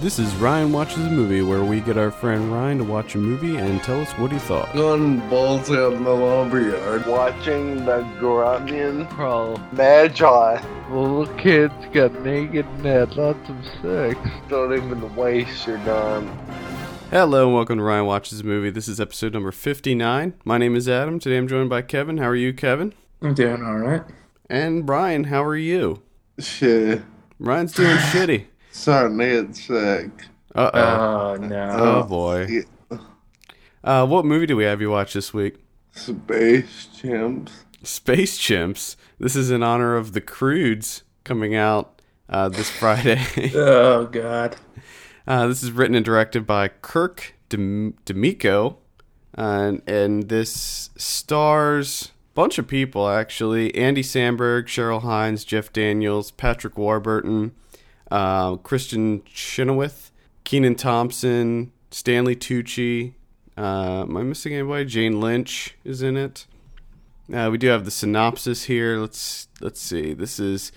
This is Ryan Watches a Movie, where we get our friend Ryan to watch a movie and tell us what he thought. Gun balls out in the lumber yard. watching the Grunion Bro, Magi. little kids got naked and had lots of sex. Don't even waste your time. Hello, and welcome to Ryan Watches a Movie. This is episode number 59. My name is Adam. Today I'm joined by Kevin. How are you, Kevin? I'm doing all right. And Brian, how are you? Shit. Ryan's doing shitty. Son, it's sick. Uh Oh, oh. no. Oh boy. Uh, what movie do we have you watch this week? Space chimps. Space Chimps. This is in honor of The Crudes coming out uh, this Friday. Oh god. Uh, this is written and directed by Kirk Dem- D'Amico, and, and this stars a bunch of people actually: Andy Samberg, Cheryl Hines, Jeff Daniels, Patrick Warburton, uh, Christian Chenoweth, Keenan Thompson, Stanley Tucci. Uh, am I missing anybody? Jane Lynch is in it. Uh, we do have the synopsis here. Let's let's see. This is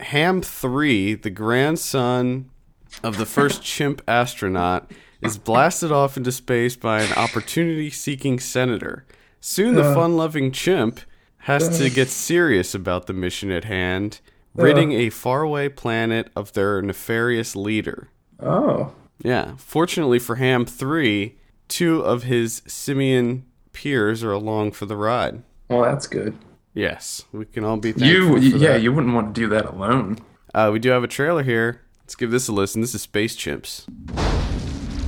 Ham Three, the grandson of the first chimp astronaut, is blasted off into space by an opportunity-seeking senator. Soon, the fun-loving chimp has to get serious about the mission at hand, ridding a faraway planet of their nefarious leader. Oh. Yeah. Fortunately for Ham Three, two of his simian peers are along for the ride. Well, that's good. Yes, we can all be You, thankful for yeah, that. you wouldn't want to do that alone. Uh, we do have a trailer here. Let's give this a listen. This is Space Chimps.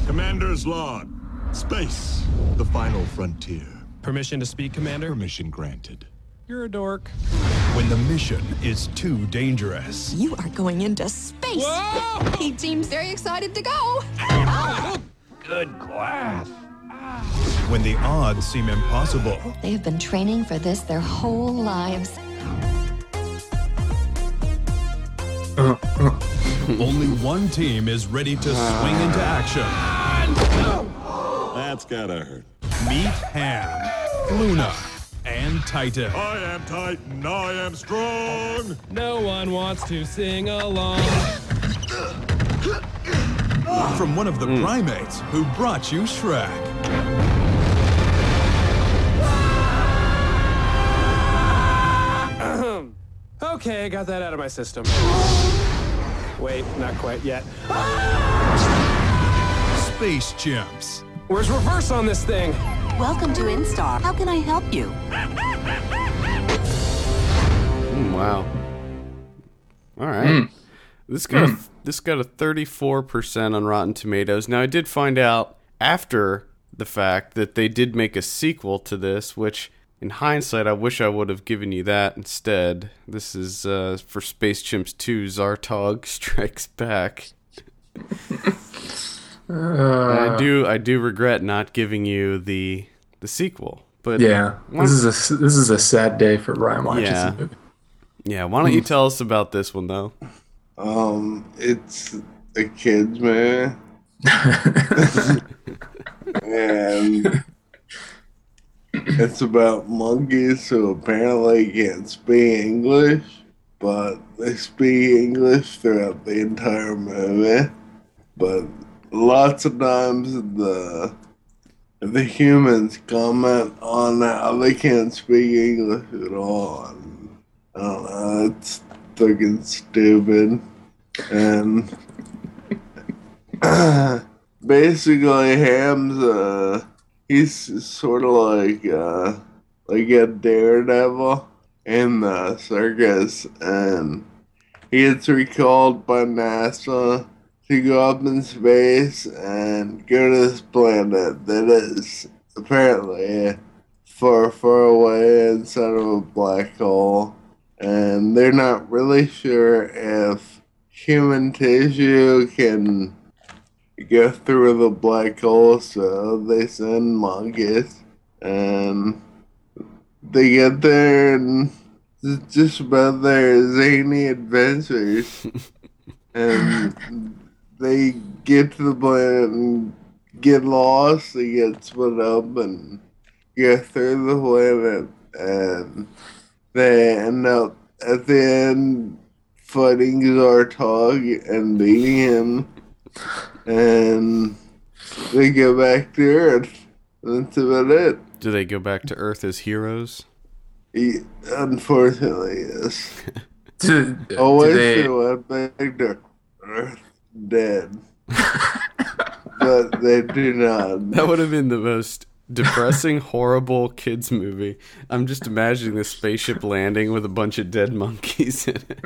Commander's log. Space, the final frontier. Permission to speak, Commander? Permission granted. You're a dork. When the mission is too dangerous. You are going into space. He seems very excited to go. Good class. When the odds seem impossible. They have been training for this their whole lives. Only one team is ready to swing into action. That's gotta hurt. Meet Ham, Luna, and Titan. I am Titan. I am strong. No one wants to sing along. From one of the primates who brought you Shrek. Okay, I got that out of my system. Wait, not quite yet. Space Chimps. Where's reverse on this thing? Welcome to Instar. How can I help you? Mm, wow. All right. This got a, this got a 34% on Rotten Tomatoes. Now I did find out after the fact that they did make a sequel to this, which in hindsight I wish I would have given you that instead. This is uh, for Space Chimps 2 Zartog Strikes Back. And I do I do regret not giving you the the sequel. But Yeah, this is a s- this is a sad day for Ryan watches Yeah. the movie. yeah, why don't you tell us about this one though? Um, it's a kid's movie. and it's about monkeys who apparently can't speak English, but they speak English throughout the entire movie. But lots of times the the humans comment on how they can't speak English at all. And I don't know, it's fucking stupid. And basically Ham's uh he's sort of like uh like a daredevil in the circus and he gets recalled by NASA to go up in space and go to this planet that is apparently far far away inside of a black hole and they're not really sure if human tissue can go through the black hole, so they send monkeys, and they get there, and it's just about their zany adventures, and they get to the planet and get lost, they get split up, and go through the planet, and they end up at the end fighting Zartog and beating him and they go back to Earth. That's about it. Do they go back to Earth as heroes? He, unfortunately, yes. Do, do Always they- they went back to Earth dead. but they do not. That would have been the most depressing, horrible kids movie. I'm just imagining this spaceship landing with a bunch of dead monkeys in it.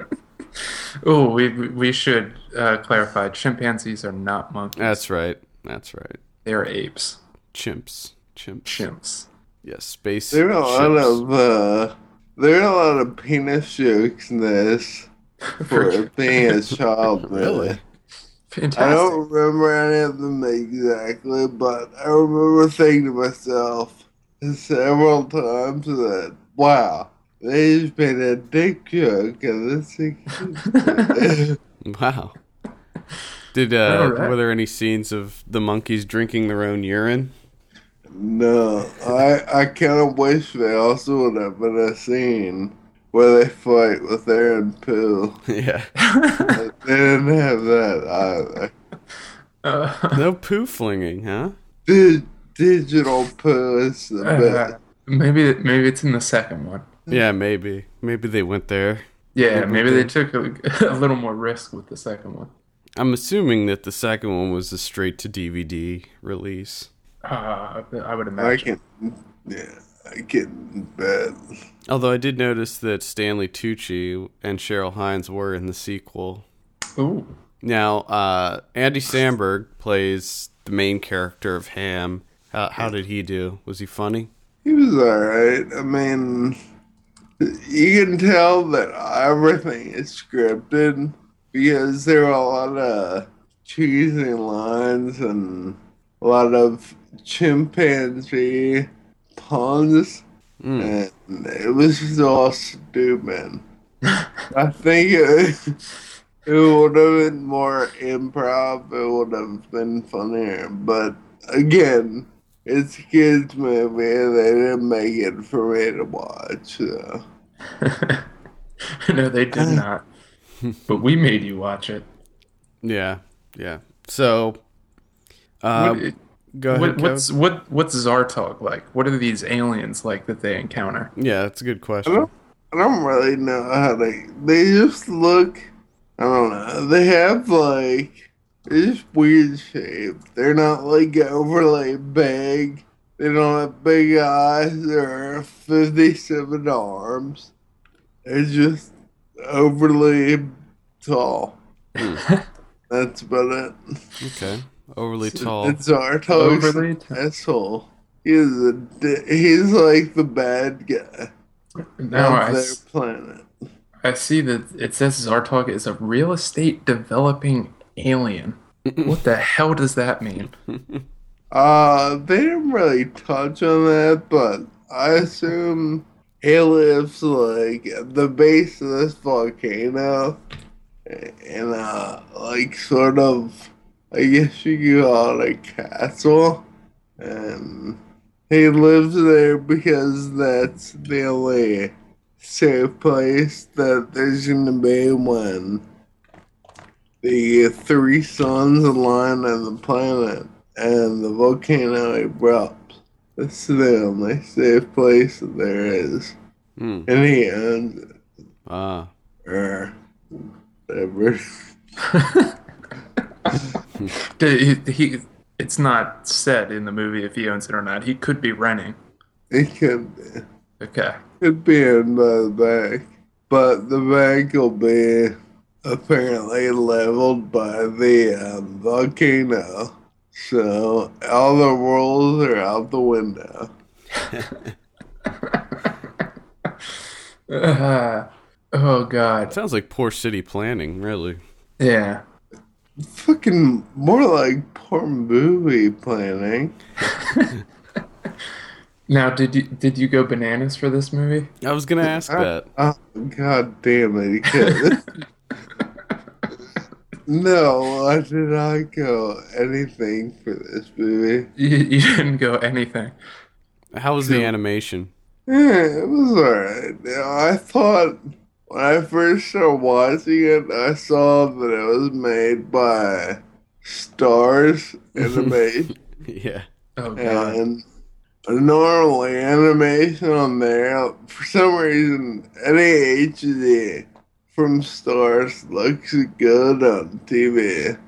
Oh, we we- we should uh, clarify. Chimpanzees are not monkeys; That's right. That's right. they are apes, Chimps. Chimps. chimps. Yes, space. There are a lot ships. of uh, there are a lot of penis jokes in this for being a child. Really? man. Fantastic. I don't remember any of them exactly, but I remember thinking to myself several times that wow, there's been a dick joke in this. thing." Wow. Did uh, Alright. were there any scenes of the monkeys drinking their own urine? No, I I kind of wish they also would have been a scene where they fight with their own poo. yeah. They didn't have that either. Uh, No poo flinging, huh? Dude, digital poo is the Uh-huh. best. maybe maybe it's in the second one. Yeah, maybe. Maybe they went there. Yeah, maybe they took a, a little more risk with the second one. I'm assuming that the second one was a straight to DVD release. Uh, I would I imagine. can, yeah, I can bet. Although I did notice that Stanley Tucci and Cheryl Hines were in the sequel. Ooh, Now, uh, Andy Samberg plays the main character of Ham. How, how did he do? Was he funny? He was alright. I mean, you can tell that everything is scripted because there are a lot of cheesy lines and a lot of chimpanzee puns, and it was just all stupid. I think it, it would have been more improv, it would have been funnier, but again, it's a kids movie and they didn't make it for me to watch. So. no, they Uh. did not. But we made you watch it. Yeah, yeah. So, What, uh, go ahead. what, Kev. what's what what's Zartog like? What are these aliens like that they encounter? Yeah, that's a good question. don't- I don't really know how they they just look I don't know. They have like this weird shape. They're not like overly big. They don't have big eyes or fifty seven arms. They're just overly tall. That's about it. Okay. Overly tall. It's our Oh, Overly toast t- asshole. He's a di- he's like the bad guy oh, Now of I, their s- planet. I see that it says Zartog is a real estate developing alien. what the hell does that mean? Uh, they didn't really touch on that, but I assume he lives like at the base of this volcano, and uh, like sort of, I guess you could call it a castle, and he lives there because that's the only safe place that there's gonna be when the three suns align on the planet and the volcano erupts. That's the only safe place that there is. Hmm. And he owns it, Ah, or whatever. Did He, he, it's not said in the movie if he owns it or not. He could be renting. It could be, Okay. could be owned by the bank, but the bank will be apparently leveled by the um, volcano. So all the rules are out the window. Uh, oh God. sounds like poor city planning, really. Yeah. Fucking more like poor movie planning. Now, did you did you go bananas for this movie? I was gonna ask that. Oh, God damn it. you can't- no, I did not go anything for this movie. You, you didn't go anything. How was the animation? Yeah, Eh, it was alright. You know, I thought when I first started watching it, I saw that it was made by stars anime yeah. Oh god. and a normal animation on there. For some reason, any HD from stars looks good on TV,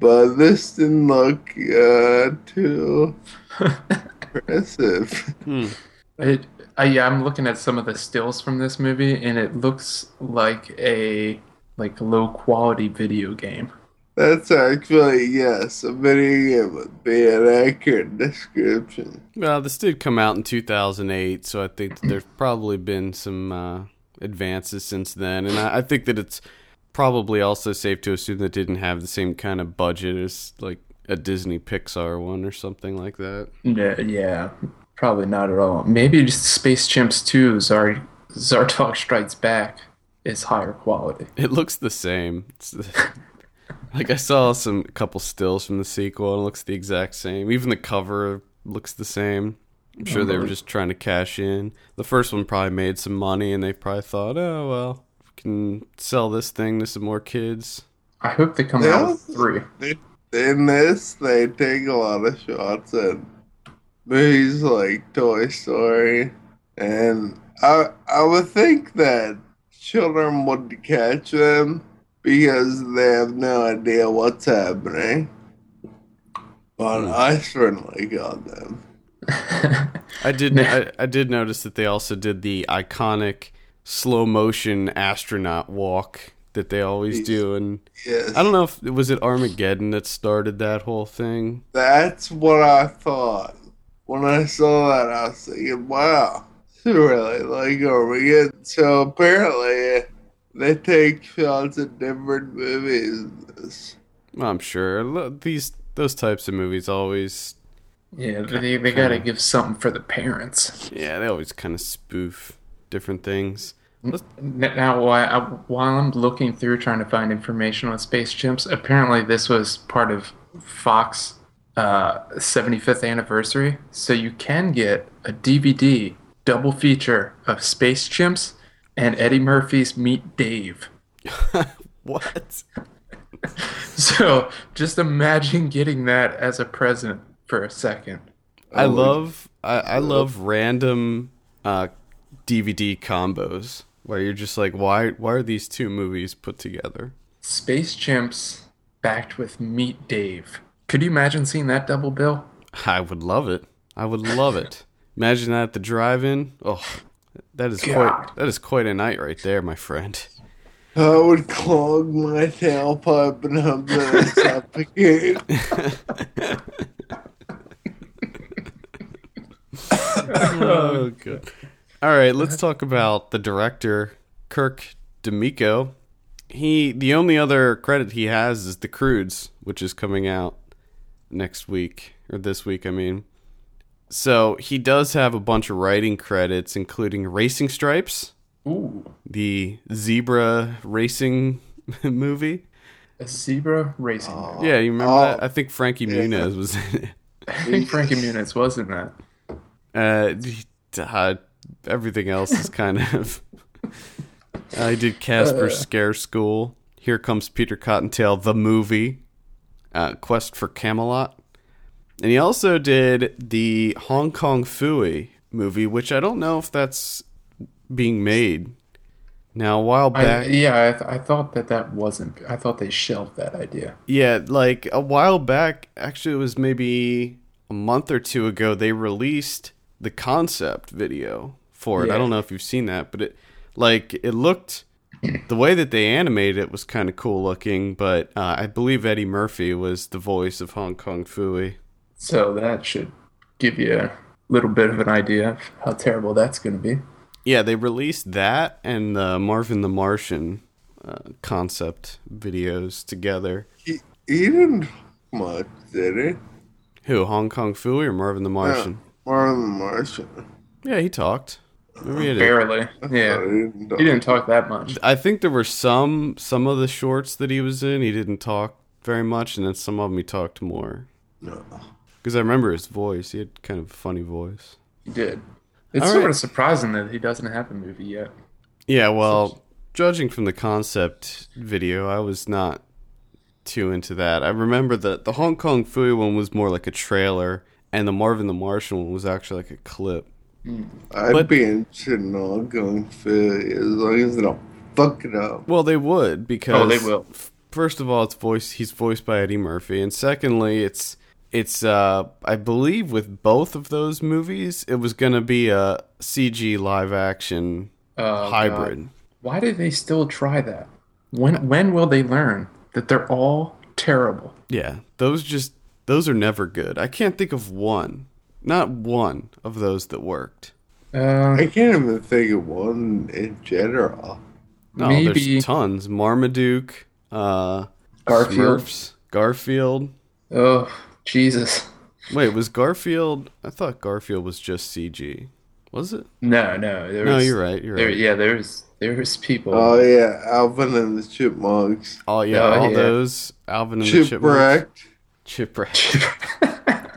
but this didn't look uh, too impressive. It, I, yeah, I'm looking at some of the stills from this movie, and it looks like a like low quality video game. That's actually yes, a video game would be an accurate description. Well, this did come out in 2008, so I think that there's probably been some uh, advances since then, and I, I think that it's probably also safe to assume that it didn't have the same kind of budget as like a Disney Pixar one or something like that. Yeah, yeah, probably not at all. Maybe just Space Chimps 2, Zar- Zartok Strikes Back is higher quality. It looks the same. It's the- like I saw some a couple stills from the sequel, and it looks the exact same. Even the cover looks the same. I'm sure they were just trying to cash in. The first one probably made some money, and they probably thought, "Oh well, we can sell this thing to some more kids." I hope they come out with three. In this, they take a lot of shots at movies like Toy Story, and I I would think that children would catch them because they have no idea what's happening. But I certainly got them. I did. I, I did notice that they also did the iconic slow motion astronaut walk that they always do, and Yes, I don't know if was it Armageddon that started that whole thing. that's what I thought when I saw that. I was thinking, "Wow, it's really like Armageddon." So apparently, they take shots at different movies. in this. Well, I'm sure Lo- these those types of movies always Yeah, they, they gotta give something for the parents. yeah they always kind of spoof different things. N- Now, while, I, while I'm looking through trying to find information on Space Chimps, apparently this was part of Fox uh, 75th anniversary, so you can get a DVD double feature of Space Chimps and Eddie Murphy's Meet Dave. What? So just imagine getting that as a present for a second. I love I, I love random uh, DVD combos where you're just like why why are these two movies put together? Space Chimps backed with Meet Dave. Could you imagine seeing that double bill? I would love it. I would love it. Imagine that at the drive-in. Oh, that is God. quite that is quite a night right there, my friend. I would clog my tailpipe and hope that I suffocate. Oh, good. All right, let's talk about the director, Kirk D'Amico. He the only other credit he has is The Crudes, which is coming out next week or this week, I mean. So he does have a bunch of writing credits, including Racing Stripes, Ooh, the zebra racing movie. a zebra racing. movie. Yeah, you remember Oh. that? I think Frankie Muniz was in it. I think Frankie Muniz was in that. Uh, he- uh, everything else is kind of. I did Casper Scare School. Here comes Peter Cottontail, the movie. Uh, Quest for Camelot, and he also did the Hong Kong Fooey movie, which I don't know if that's being made now. A while I, back, yeah, I, th- I thought that that wasn't. I thought they shelved that idea. Yeah, like a while back, actually, it was maybe a month or two ago, they released the concept video for it. I Yeah. don't know if you've seen that, but it, like, it looked the way that they animated it was kind of cool looking, but uh, I believe Eddie Murphy was the voice of Hong Kong Fooey. So that should give you a little bit of an idea of how terrible that's going to be. Yeah, they released that and the Marvin the Martian uh, concept videos together. He, he didn't much, did he? Who, Hong Kong Fooey or Marvin the Martian? Marvin the Martian. Yeah, he talked. Maybe he did. Barely. I Yeah, didn't know. he didn't talk that much. I think there were some some of the shorts that he was in. He didn't talk very much, and then some of them he talked more. No. Because I remember his voice. He had kind of a funny voice. He did. It's All sort right. of surprising that he doesn't have a movie yet. Yeah, well, judging from the concept video, I was not too into that. I remember that the Hong Kong Fui one was more like a trailer, and the Marvin the Martian one was actually like a clip. I'd But- be interested in all going Philly as long as they don't fuck it up. Well, they would because Oh, they will. f- First of all, it's voice. He's voiced by Eddie Murphy, and secondly, it's it's uh I believe with both of those movies, it was gonna be a CG live action Uh, hybrid. Why do they still try that? When when will they learn that they're all terrible? Yeah, those just those are never good. I can't think of one, not one of those that worked. Uh, I can't even think of one in general. No, Maybe- there's tons. Marmaduke, uh, Garfield. Smurfs, Garfield. oh Jesus! Wait, was Garfield? I thought Garfield was just CG. Was it? No, no. There No, was, you're right. You're There, right. yeah, there's there's people. Oh yeah, Alvin and the Chipmunks. Oh yeah, Oh, all yeah. those Alvin and the Chipmunks. Chipwrecked. Chipwreck.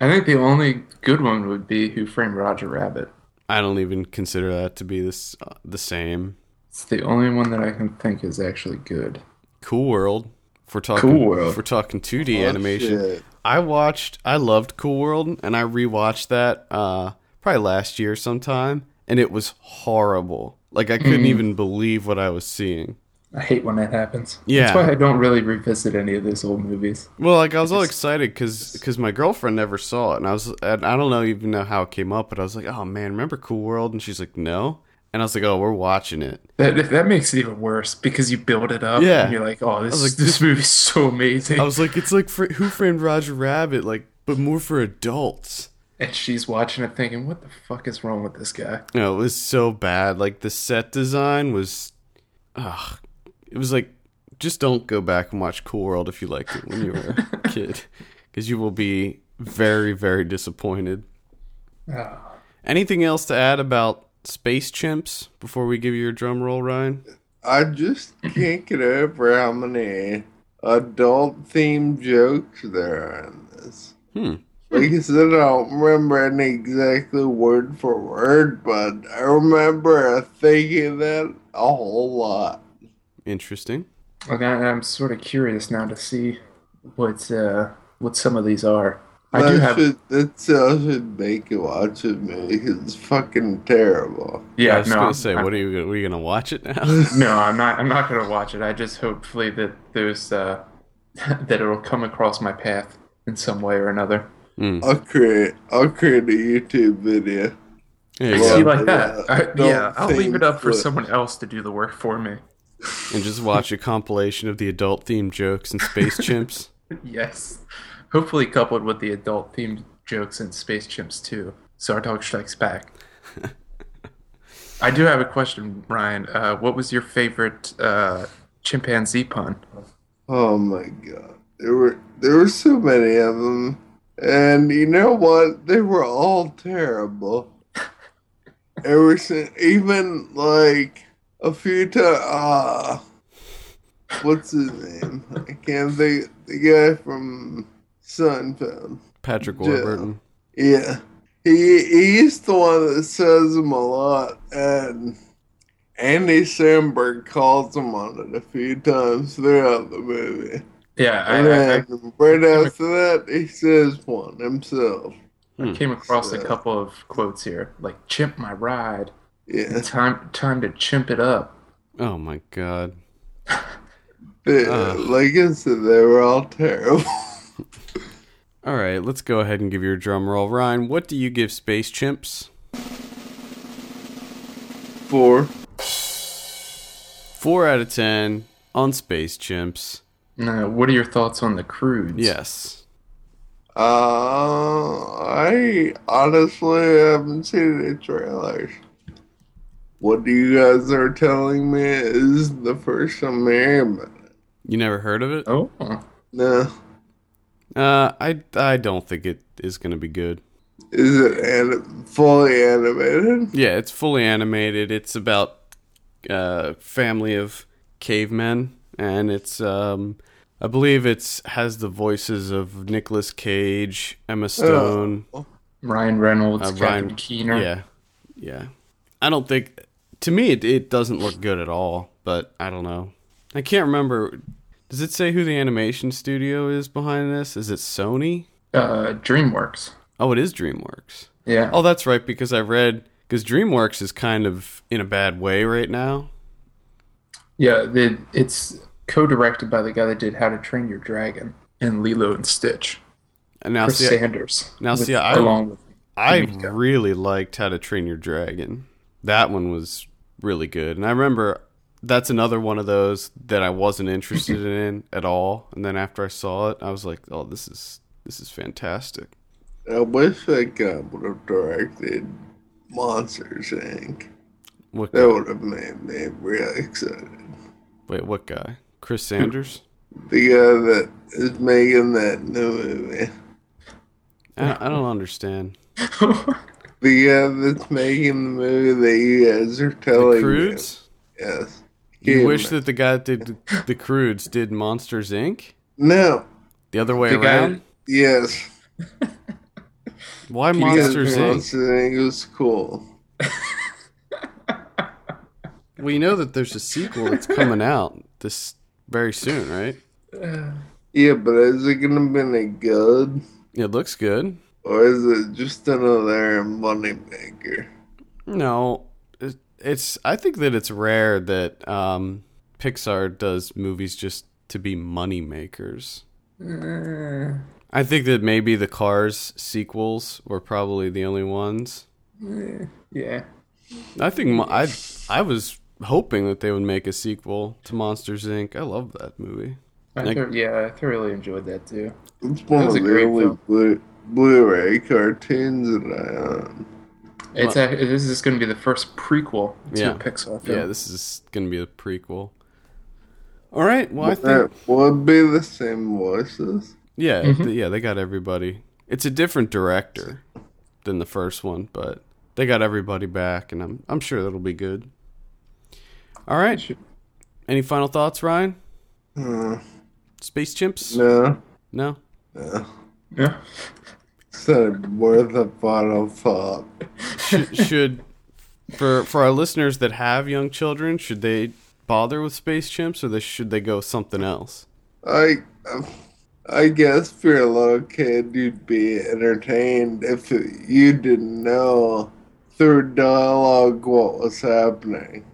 I think the only good one would be Who Framed Roger Rabbit. I don't even consider that to be this uh, the same. It's the only one that I can think is actually good. Cool World. If we're talking, Cool World. If we're talking 2D Oh, animation. shit. I watched, I loved Cool World, and I rewatched that uh, probably last year sometime, and it was horrible. Like I Mm-hmm. couldn't even believe what I was seeing. I hate when that happens. Yeah. That's why I don't really revisit any of those old movies. Well, like I was all excited because my girlfriend never saw it, and I was and I don't know even know how it came up, but I was like, oh man, remember Cool World? And she's like, no, and I was like, oh, we're watching it. That that makes it even worse because you build it up Yeah. and you're like, oh, this was like, this movie's so amazing. I was like, it's like for, Who Framed Roger Rabbit, like, but more for adults. and she's watching it thinking, what the fuck is wrong with this guy? You know, it was so bad. Like the set design was, ugh, it was like, just don't go back and watch Cool World if you liked it when you were a kid, because you will be very very disappointed. Oh. Anything else to add about Space Chimps before we give you your drum roll, Ryan? I just can't get over how many adult themed jokes there are in this. Hmm. Like I said, I don't remember any exactly word for word, but I remember thinking that a whole lot. Interesting. And I, I'm sort of curious now to see what uh, what some of these are. I that do have, Should, that still should make you watch it, man. 'cause It's fucking terrible. yeah. I was no, gonna I'm- say, I'm- what are you gonna- what are you gonna watch it now? No, I'm not. I'm not gonna watch it. I just hopefully that there's uh, that it'll come across my path in some way or another. I'll create, I'll create a YouTube video. There you Yeah. See, go. like that. Yeah, I- don't yeah, I'll leave think it up for that- someone else to do the work for me. And just watch a compilation of the adult themed jokes and Space Chimps. Yes, hopefully coupled with the adult themed jokes in Space Chimps too. Zartog Strikes Back. I do have a question, Ryan. Uh, what was your favorite uh, chimpanzee pun? Oh my god, there were there were so many of them, and you know what? They were all terrible. Ever since, even like a few times. Ah, what's his name? I can't think. The guy from Sunfound. Patrick Yeah. Warburton. Yeah, he he's the one that says them a lot, and Andy Samberg calls him on it a few times throughout the movie. Yeah, I, And I, I then right after that, he says one himself. came across a So- couple of quotes here, like "chimp my ride," Yeah, time time to chimp it up. Oh my god. they, Ugh. like I said, they were all terrible. All right, let's go ahead and give your drum roll, Ryan. What do you give Space Chimps? Four. Four out of ten on Space Chimps. Now, Uh, what are your thoughts on the crudes? Yes. Uh, I honestly haven't seen any trailers. What you guys are telling me is the first I'm hearing about it. You never heard of it? Oh, No, Uh, I I don't think it is gonna be good. is it anim- fully animated? Yeah, it's fully animated. It's about uh, family of cavemen, and it's um, I believe it's has the voices of Nicolas Cage, Emma Stone, Ryan Reynolds, uh, Kevin Ryan Keener. Yeah, yeah. I don't think to me it, it doesn't look good at all. But I don't know. I can't remember. Does it say who the animation studio is behind this? Is it Sony? Uh, DreamWorks. Oh, it is DreamWorks. Yeah. Oh, that's right, because I read because DreamWorks is kind of in a bad way right now. Yeah, they, it's co-directed by the guy that did How to Train Your Dragon and Lilo and Stitch. And now, Chris see, I, Sanders. now with- see, I- along with I D'Amico. really liked How to Train Your Dragon. That one was really good, and I remember that's another one of those that I wasn't interested in at all. And then after I saw it, I was like, "Oh, this is this is fantastic." I wish that guy would have directed Monsters Inc. What? That would have made me really excited. Wait, what guy? Chris Sanders? The guy that is making that new movie. I, I don't understand. The guy that's making the movie that you guys are The telling me. Croods? Yes. You Him. wish that the guy that did the- the Croods did Monsters Inc. No. The other way The guy- around. Yes. Why Because Monsters Inc? Monsters Inc. was cool. We know that there's a sequel that's coming out this very soon, right? Yeah, but is it gonna be any good? It looks good. Or is it just another moneymaker? No, it- it's. I think that it's rare that um, Pixar does movies just to be money makers. I think that maybe the Cars sequels were probably the only ones. yeah. I think mo- I I was hoping that they would make a sequel to Monsters Inc. I love that movie. I Like- thor- yeah, I thoroughly enjoyed that too. It's one was of a the great only film. Blu- Blu-ray cartoons that I own. It's a, this is going to be the first prequel to Yeah. a Pixar Yeah, film. this is gonna be a prequel. All right. Well, uh, I think That would be the same voices. Yeah, th- yeah, they got everybody. It's a different director than the first one, but they got everybody back, and I'm I'm sure that'll be good. All right. Any final thoughts, Ryan? Space chimps? No, No? yeah. it's not worth a final thought. Should, should for for our listeners that have young children, should they bother with space chimps, or they, should they go with something else? I, I guess if you're a little kid, you'd be entertained if you didn't know through dialogue what was happening.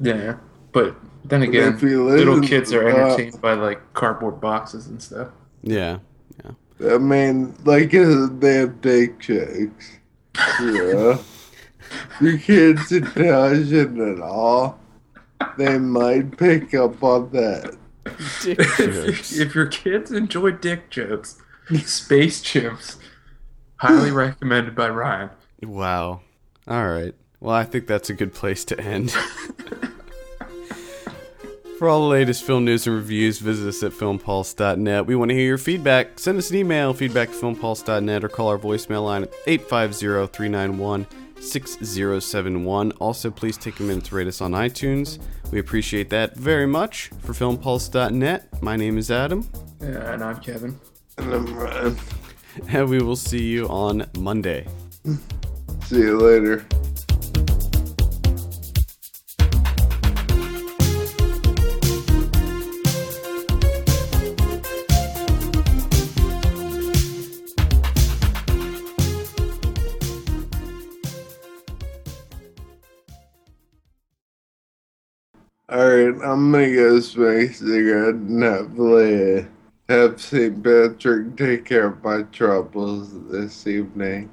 Yeah. But then again, if you little listen kids to are that- entertained by like cardboard boxes and stuff. Yeah, yeah. I mean, like uh, they have dick jokes. Yeah. Your kid's intelligent at all. They might pick up on that. Dick jokes. if your kids enjoy dick jokes, Space Chimps, highly recommended by Ryan. Wow. All right. Well, I think that's a good place to end. For all the latest film news and reviews, visit us at filmpulse.net. We want to hear your feedback. Send us an email, feedback at filmpulse.net, or call our voicemail line at 850 391 6071. Also, please take a minute to rate us on iTunes. We appreciate that very much. For filmpulse.net, my name is Adam, Yeah, Uh, and I'm Kevin. And I'm Ryan. and we will see you on Monday. See you later. Alright, I'm gonna go smoke a cigarette and hopefully have St. Patrick take care of my troubles this evening.